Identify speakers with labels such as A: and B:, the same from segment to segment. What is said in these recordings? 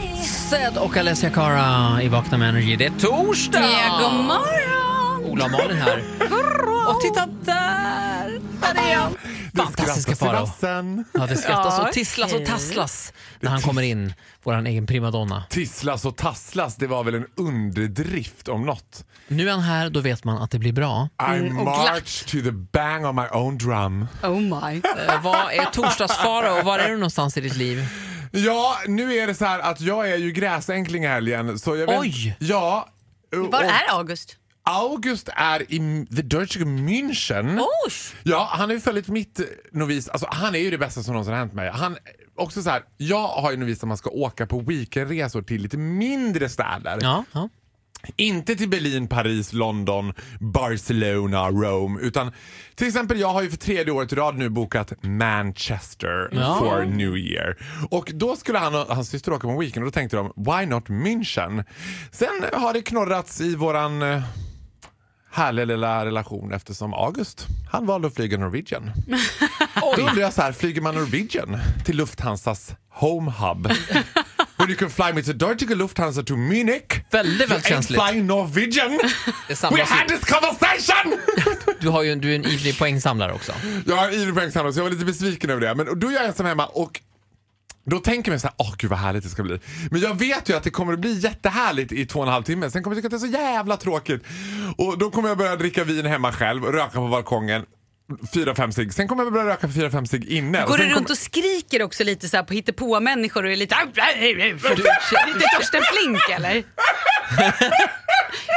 A: Lized och Alessia Cara i Vakna med Energy. Det är torsdag!
B: Ja, god morgon!
A: Ola och Malin här.
B: Och titta där! Där är jag.
A: Fantastiska Farao.
C: Sebastian.
A: Ja, det skrattas
B: Ja,
A: och tisslas och
B: okej.
A: tasslas när han kommer in, vår egen primadonna.
C: Tisslas och tasslas, det var väl en underdrift om något.
A: Nu är han här, då vet man att det blir bra.
C: I
B: Mm, och glatt.
C: march to the bang of my own drum.
B: Oh my.
A: Eh, Vad är torsdagsfara och var är du någonstans i ditt liv?
C: Ja, nu är det så här att jag är ju gräsänkling i helgen. Så jag vet,
A: Oj!
C: Ja.
B: Var
C: och
B: är August?
C: August är i the Deutsche München.
B: Osh!
C: Ja, han har ju följt mitt novis. Alltså, han är ju det bästa som någonsin har hänt mig. Han, också så här, jag har ju novis att man ska åka på weekendresor till lite mindre städer.
A: Ja, ja.
C: Inte till Berlin, Paris, London, Barcelona, Rome. Utan till exempel jag har ju för tredje året i rad nu bokat Manchester
A: Ja.
C: for New Year. Och då skulle han och hans syster åka på en weekend och då tänkte de why not München? Sen har det knorrats i våran eh, härliga lilla relation eftersom August, han valde att flyga Norwegian. Och då undrar jag så här, flyger man Norwegian till Lufthansas home hub? When you can fly me to Deutsche Lufthansa to Munich
A: Väldigt, väldigt
C: You ain't
A: känsligt.
C: flying Norwegian.
A: Det
C: We
A: samlas
C: had
A: ju.
C: this conversation!
A: Du, har ju, en- du är en ivrig poängsamlare också.
C: jag har ivrig poängsamlare så jag var lite besviken över det. Men och då är jag ensam hemma och då tänker man så här, åh gud vad härligt det ska bli. Men jag vet ju att det kommer att bli jättehärligt i två och en halv timme. Sen kommer jag tycka att det är så jävla tråkigt. Och då kommer jag börja dricka vin hemma själv, röka på balkongen. Fyra, fem cigg. Sen kommer jag börja röka fyra, fem cigg inne.
B: Går
C: sen
B: du runt
C: kommer...
B: och skriker också lite så här på hittepå-människor och är lite... Lite Torsten Flink eller?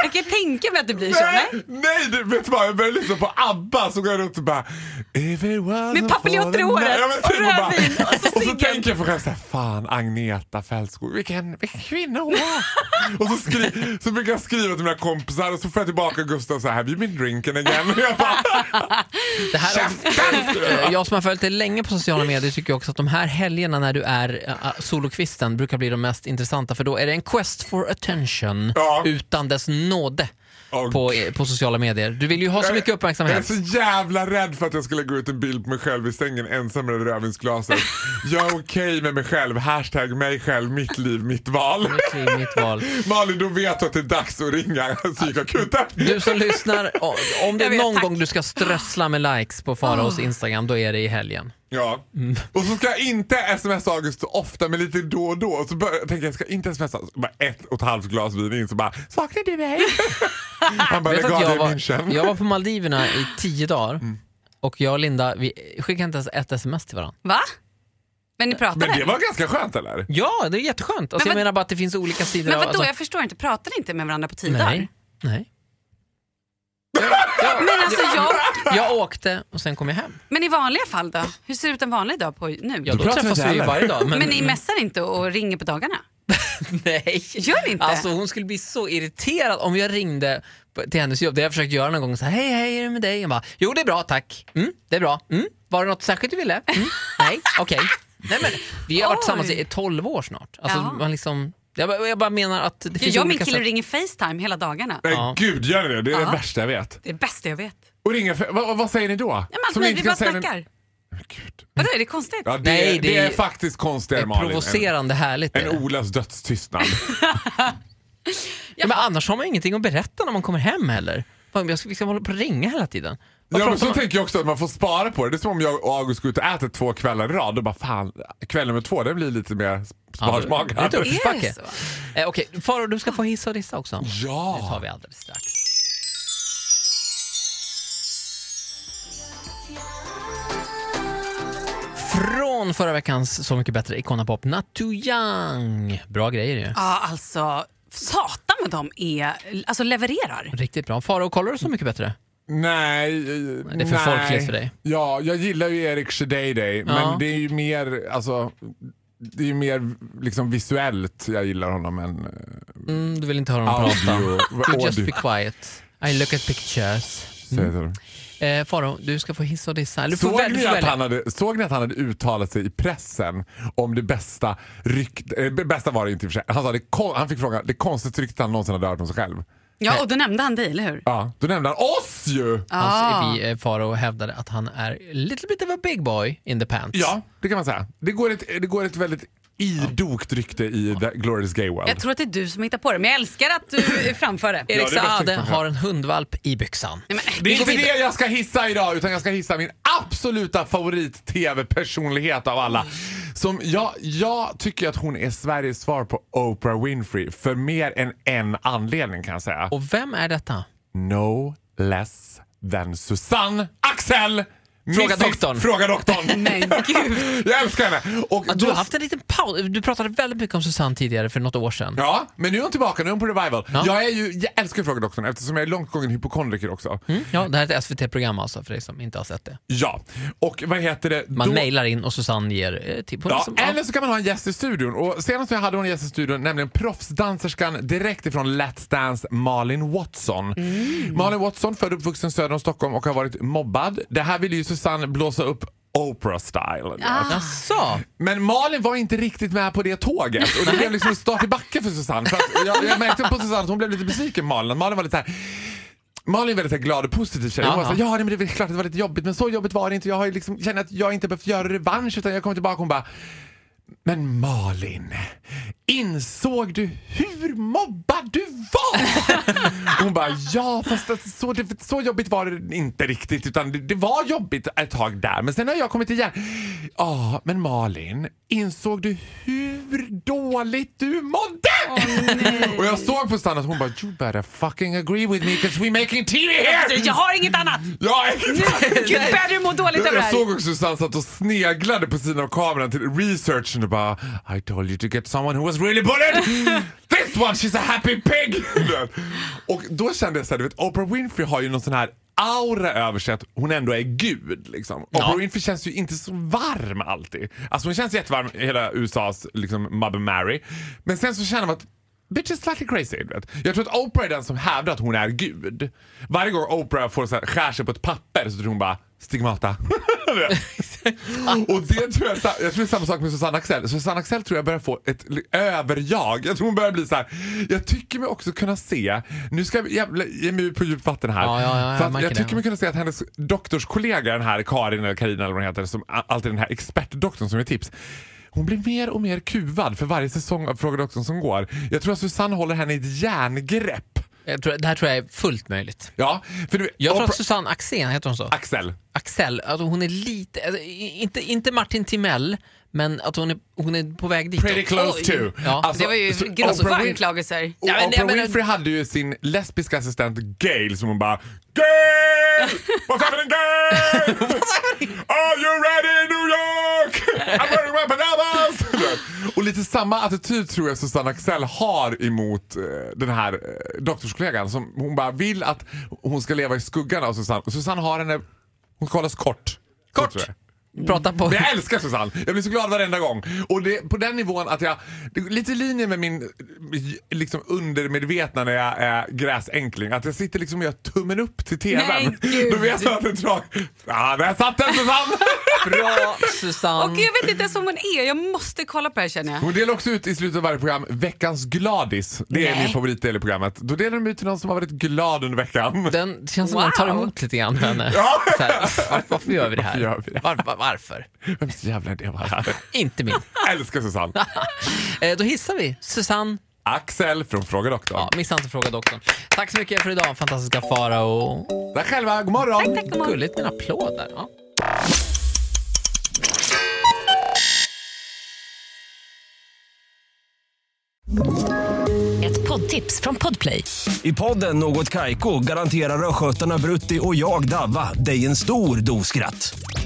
B: Jag kan tänka mig att det blir så.
C: Nej,
B: Nej?
C: nej du vet du vad, jag börjar lyssna på ABBA så går jag runt och bara Everyone
B: Med papiljotter i håret
C: Ja, men
B: och
C: typ bara-
B: rödvin och så
C: Och så
B: ciggen.
C: tänker jag för själv såhär, fan Agneta Fältskog, vilken, vilken kvinna hon var. och så, skri- så brukar jag skriva till mina kompisar och så får jag tillbaka Gustav såhär, have you been drinking again? Och jag bara,
A: Det här,
C: käften!
A: Eh, Jag som har följt dig länge på sociala medier tycker också att de här helgerna när du är eh, solokvisten brukar bli de mest intressanta för då är det en quest for attention
C: Ja.
A: utan dess nåde
C: Åh,
A: på, eh, på sociala medier. Du vill ju ha så mycket
C: Jag är
A: uppmärksamhet.
C: så jävla rädd för att jag skulle lägga ut en bild på mig själv i sängen ensam med det rödvinsglaset. Jag är okej med mig själv, hashtag mig själv, mitt liv, mitt val.
A: Mitt liv, mitt val.
C: Malin, då vet du att det är dags att ringa psykakuten.
A: Du som lyssnar, o- om det
B: Jag
A: är
B: vet,
A: någon
B: tack.
A: gång du ska strössla med likes på Faraos Instagram, då är det i helgen.
C: Ja. Och så ska jag inte smsa August så ofta, men lite då och då. Och så bör, jag tänker jag ska inte smsa. Så bara ett och ett halvt glas vin in så bara “Saknar du mig?” Han bara
A: Jag
C: “Lägg
A: vet
C: av
A: att
C: dig Mm.
A: jag, var,
C: i München”.
A: jag var på Maldiverna i tio dagar och jag och Linda vi skickade inte ens ett sms till varandra.
B: Va? Men ni pratade?
C: Men det var ganska skönt eller?
A: Ja, det är jätteskönt. Alltså,
B: Men
A: jag
B: vad-
A: menar bara att det finns olika sidor
B: Men
A: av...
B: vadå,
A: alltså-
B: jag förstår inte. Pratade ni inte med varandra på tio dagar?
A: Nej. Nej.
B: Men alltså jag...
A: Jag åkte och sen kom jag hem.
B: Men i vanliga fall då? Hur ser det ut en vanlig dag på nu?
A: Ja, då
C: pratar vi
A: träffas
C: inte
A: vi ju
C: heller.
A: varje dag. Men,
B: men, ni messar inte och ringer på dagarna?
A: nej.
B: Gör ni inte?
A: Alltså hon skulle bli så irriterad om jag ringde på- till hennes jobb. Det har jag försökt göra någon gång. Så här, hej, hej, är det med dig? Jag bara, jo det är bra tack. Mm, det är bra. Mm. Var det något särskilt du ville? Mm. Nej, okej. Nej, men Vi har varit
B: Oj.
A: tillsammans i 12 år snart. Alltså,
B: Jaha.
A: man liksom, jag, bara- jag bara menar att det finns
B: jag och min
A: olika
B: kille
A: sätt.
B: ringer Facetime hela dagarna.
C: Men
A: Ja.
C: gud, gör ni det? Det
B: Ja.
C: är det värsta jag vet.
B: Det är det bästa jag vet.
C: Och ringa för, vad, vad säger ni då?
B: Nej, men
C: Som ni
B: nej,
C: inte
B: vi
C: kan
B: bara
C: säga när-
B: snackar.
C: Gud.
B: Vadå, är det konstigt?
C: Ja, det,
A: Nej,
C: är,
A: det
C: det
A: är-
C: är faktiskt
A: Det
C: konstigare
A: är
C: Malin. än-
A: provocerande härligt. är det.
C: än Olas dödstystnad.
A: Ja, men annars har man ingenting att berätta när man kommer hem heller. Fan, Jag ska liksom hålla på och ringa hela tiden. Vad
C: Ja, men
A: pratar
C: så
A: man-
C: tänker jag också att man får spara på det. Det är som om jag och August går ut och äter två kvällar i rad. Då bara fan, kväll nummer två den blir lite mer
A: Ja,
C: sparsmakad.
A: lite upp.
B: är
A: uppförsbacke.
B: det så?
A: Eh, Okej, Farao du ska få hissa och dissa också. Det tar
C: Ja!
A: vi alldeles strax. Från förra veckans Så mycket bättre Iconapop, Not Too Young. Bra grejer ju.
B: Ja, alltså satan vad de är, alltså levererar.
A: Riktigt bra. Farao, kollar du Så mycket bättre?
C: Nej. eh,
A: det är för
C: nej.
A: folkligt för dig.
C: Ja, jag gillar ju Erik Shadayday,
A: Ja.
C: men det är ju mer, alltså, det är ju mer liksom visuellt jag gillar honom än
A: Mm, du vill inte höra
C: eh,
A: honom prata.
C: audio.
A: You
C: audio.
A: just Mm. be quiet. I look at pictures.
C: Säger du.
A: Eh, Farao, du ska få hissa och dissa. Eller Du får
C: Såg
A: väl- du
C: ni,
A: får
C: att
A: välja.
C: han hade, såg ni att han hade uttalat sig i pressen om det bästa ryktet? Eh, bästa var det inte i och för sig. Han, sa det, kon- han fick frågan det konstigaste ryktet han någonsin hade hört om sig själv.
B: Ja, och då nämnde han dig, eller hur?
C: Ja, då nämnde han oss ju! Alltså,
B: Ah.
A: Hans, vi, eh, Farao hävdade att han är little bit of a big boy in the pants.
C: Ja, det kan man säga. Det går ett, det går ett väldigt idogt rykte i The Glorious Gay World.
B: Jag tror att det är du som hittar på det, men jag älskar att du framför det.
A: Erik
C: det är bäst
A: Saade
C: tänkt på.
A: har en hundvalp i byxan.
B: Nej, men-
C: Det är
A: Vi går
C: inte det
A: vidare.
C: jag ska hissa idag, utan jag ska hissa min absoluta favorit-tv-personlighet av alla. Som jag, jag tycker att hon är Sveriges svar på Oprah Winfrey för mer än en anledning kan jag säga.
A: Och vem är detta?
C: No less than Susanne Axel!
A: Fråga
C: Mrs.
A: doktorn.
C: Fråga doktorn!
B: Men gud.
C: jag älskar henne! Och
A: Ja, Du
C: då-
A: har haft en liten paus. Du pratade väldigt mycket om Susanne tidigare för något år sedan.
C: Ja, men nu är hon tillbaka, nu är hon på Revival.
A: Ja.
C: Jag, är ju, jag älskar Fråga doktorn eftersom jag är långt gången hypokondriker också.
A: Mm? Ja, det här är ett SVT-program alltså för dig som inte har sett det.
C: Ja, och vad heter det?
A: Man
C: Då-
A: mejlar in och Susanne ger eh, tips.
C: Ja,
A: Som-
C: eller så kan man ha en gäst i studion. Och senast jag hade hon en gäst i studion, nämligen proffsdanserskan direkt ifrån Let's Dance, Malin Watson. Malin Watson, född och uppvuxen söder om Stockholm och har varit mobbad. Det här ville ju Susanne blåsa upp Oprah-style.
A: Jaså?
C: Men Malin var inte riktigt med på det tåget och det blev liksom en start i backen för Susanne. För att jag, jag märkte på Susanne att hon blev lite besviken Malin. Malin var lite så här. Malin är väldigt så här glad och positiv tjej. Hon var
A: Jaha.
C: så här, ja nej, men det är väl klart att det var lite jobbigt men så jobbigt var det inte. Jag har ju liksom, känner att jag inte behövt göra revansch utan jag kom tillbaka och hon bara men Malin, insåg du hur mobbad du var? Hon bara, ja fast alltså, så, det, så jobbigt var det inte riktigt utan det, det var jobbigt ett tag där men sen har jag kommit igen. Ja, men Malin, insåg du hur dåligt du mådde? Och jag såg på Sanna att hon bara, you better fucking agree with me because we're making TV here!
B: Jag har inget annat!
C: Ja, exakt!
B: Gud, börjar du må dåligt av det
C: Jag
B: här?
C: såg också Susanne satt och sneglade på sidan av kameran till researchen och bara I told you to get someone who was really bullied! This one she's a happy pig! och då kände jag såhär, du vet Oprah Winfrey har ju någon sån här aura över sig att hon ändå är gud. Liksom. Oprah Winfrey känns ju inte så varm alltid. Alltså hon känns jättevarm i hela USAs liksom, Mother Mary. Men sen så känner man att Bitch is slightly crazy. du Vet. Jag tror att Oprah är den som hävdar att hon är gud. Varje gång Oprah får så här, skär sig på ett papper så tror hon bara stigmata. Du vet. och det tror jag, jag tror det är samma sak med Susanne Axel. Susanne Axel tror jag börjar få ett l- överjag. Jag tror hon börjar bli så här. Jag tycker mig också kunna se, nu ska jag jävla, ge mig ut på djupt vatten här.
A: Ja, ja, ja, jag
C: för att
A: märker
C: jag
A: det.
C: tycker mig kunna se att hennes doktorskollega, den här Karin eller Karina eller vad hon heter, som a- alltid är den här expertdoktorn som ger tips. Hon blir mer och mer kuvad för varje säsong av Fråga doktorn som går. Jag tror att Susanne håller henne i ett järngrepp.
A: Jag tror, det här tror jag är fullt möjligt.
C: Ja, för du,
A: Jag tror
C: Oprah-
A: att Susanne Axén, heter hon så?
C: Axel.
A: Axel, att hon är lite, alltså, i- inte, inte Martin Timell, men att hon är, hon är på väg dit.
C: Pretty close
B: Oj.
C: to.
A: Ja,
C: Alltså,
B: Det var ju
C: så-
B: grova
C: Oprah Win-
B: anklagelser.
C: Och
A: Ja, men jag
C: Oprah
A: menar-
C: Winfrey hade ju sin lesbiska assistent Gail som hon bara Gail! What's happening Gail? Are you ready New York? I'm wearing my pajamas! Och lite samma attityd tror jag Susanne Axel har emot eh, den här eh, doktorskollegan som hon bara vill att hon ska leva i skuggan av Susanne. Och Susanne har henne, hon ska hållas kort. Så
A: Kort.
C: tror jag.
A: Prata på.
C: Men jag älskar Susanne. Jag blir så glad varenda gång. Och det, på den nivån att jag, det är lite i linje med min liksom undermedvetna när jag är gräsänkling, att jag sitter liksom och gör tummen upp till TVn.
B: Nej, gud.
C: Då vet jag att det är drag. Ja, där satt den Susanne!
A: Bra Susanne.
B: Och jag vet inte ens om hon är, jag måste kolla på det här känner jag.
C: Hon delar också ut i slutet av varje program Veckans gladis. Det är
B: Nej.
C: min favoritdel i programmet. Då delar de ut till någon som har varit glad under veckan.
A: Den känns som att den tar
B: Wow.
A: emot lite grann henne.
C: Ja.
A: Så här, var, varför gör vi det här?
C: Varför gör vi det
A: Var, var, varför?
C: Vems jävla idé var det här?
A: Inte min.
C: Älskar Susanne.
A: Eh, då hissar vi Susanne.
C: Axel från Fråga doktorn.
A: Ja, missa inte fråga doktorn. Tack så mycket för idag, fantastiska Farao.
C: Tack själva, god morgon!
B: Tack, tack, god morgon.
A: Gulligt med en applåd där. Ja.
D: Ett poddtips från Podplay.
E: I podden Något Kaiko garanterar östgötarna Brutti och jag, Davva, dig en stor dos skratt.